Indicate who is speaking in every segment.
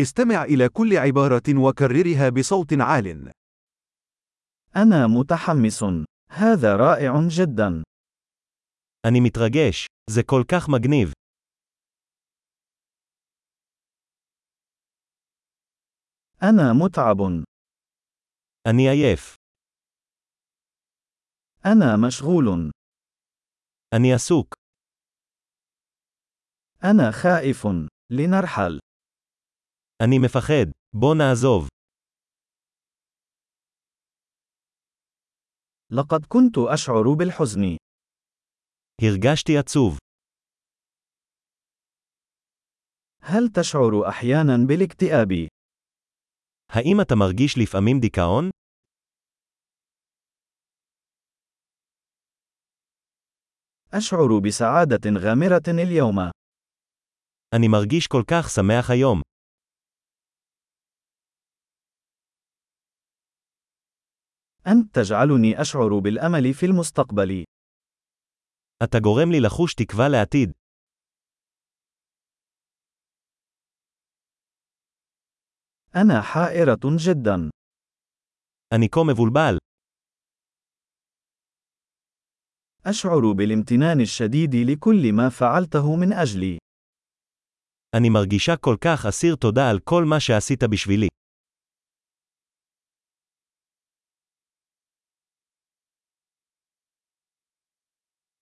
Speaker 1: استمع إلى كل عبارة وكررها بصوت عال.
Speaker 2: أنا متحمس. هذا رائع جدا.
Speaker 3: אני מתרגש, זה כל כך מגניב.
Speaker 2: أنا متعب.
Speaker 3: אני עייף.
Speaker 2: أنا مشغول.
Speaker 3: אני עסוק.
Speaker 2: أنا خائف. لنرحل.
Speaker 3: אני מפחד. בוא נעזוב.
Speaker 2: لقد كنت أشعر بالحزن.
Speaker 3: הרגשתי עצוב.
Speaker 2: هل تشعر أحيانا بالاكتئاب؟
Speaker 3: האם אתה מרגיש לפעמים דיכאון?
Speaker 2: أشعر بسعادة غامرة اليوم.
Speaker 3: אני מרגיש כל כך שמח היום.
Speaker 2: أنت تجعلني أشعر بالأمل في المستقبل.
Speaker 3: אתה גורם לי לחוש תקווה לעתיד.
Speaker 2: أنا حائرة جدا.
Speaker 3: אני כה מבולבל.
Speaker 2: أشعر بالامتنان الشديد لكل ما فعلته من أجلي.
Speaker 3: אני מרגישה כל כך אסיר תודה על כל מה שעשית בשבילי.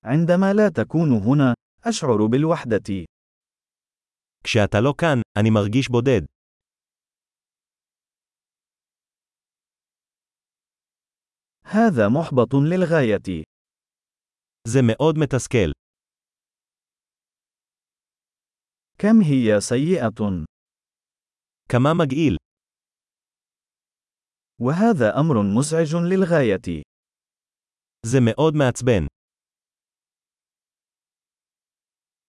Speaker 2: عندما لا تكون هنا، أشعر بالوحدة.
Speaker 3: כשאתה לא כאן, אני מרגיש בודד.
Speaker 2: هذا محبط للغاية.
Speaker 3: זה מאוד מתסכל.
Speaker 2: كم هي سيئة.
Speaker 3: כמה מגעיל.
Speaker 2: وهذا أمر مزعج للغاية.
Speaker 3: זה מאוד מעצבן.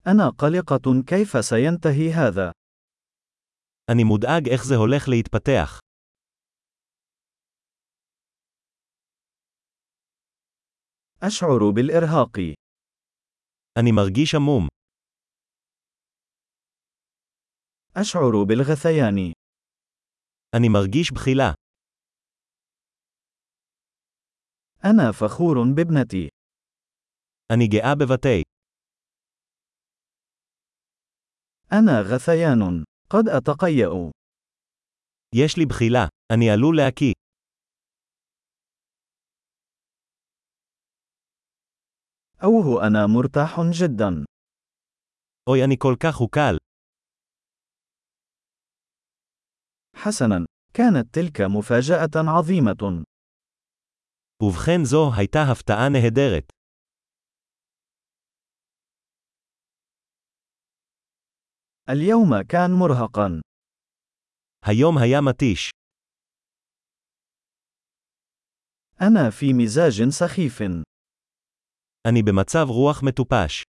Speaker 2: أنا قلقة كيف سينتهي هذا.
Speaker 3: אני מודאג איך זה הולך להתפתח.
Speaker 2: أشعر بالإرهاق.
Speaker 3: אני מרגיש עמום.
Speaker 2: أشعر بالغثيان.
Speaker 3: אני מרגיש בחילה.
Speaker 2: أنا فخور بابنتي.
Speaker 3: אני גאה בבתי.
Speaker 2: أنا غثيان. قد أتقيأ.
Speaker 3: יש לי בחילה. אני עלול להקיא.
Speaker 2: أوه أنا مرتاح جدا.
Speaker 3: אוי, אני כל כך הוקל.
Speaker 2: حسنا، كانت تلك مفاجأة عظيمة.
Speaker 3: ובכן זו הייתה הפתעה נהדרת.
Speaker 2: اليوم كان مرهقا.
Speaker 3: היום היה מתיש.
Speaker 2: أنا في مزاج سخيف.
Speaker 3: אני במצב רוח מטופש.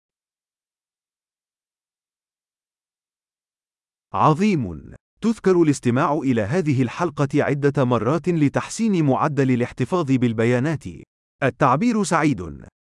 Speaker 1: عظيم. تذكر الاستماع إلى هذه الحلقة عدة مرات لتحسين معدل الاحتفاظ بالبيانات. التعبير سعيد.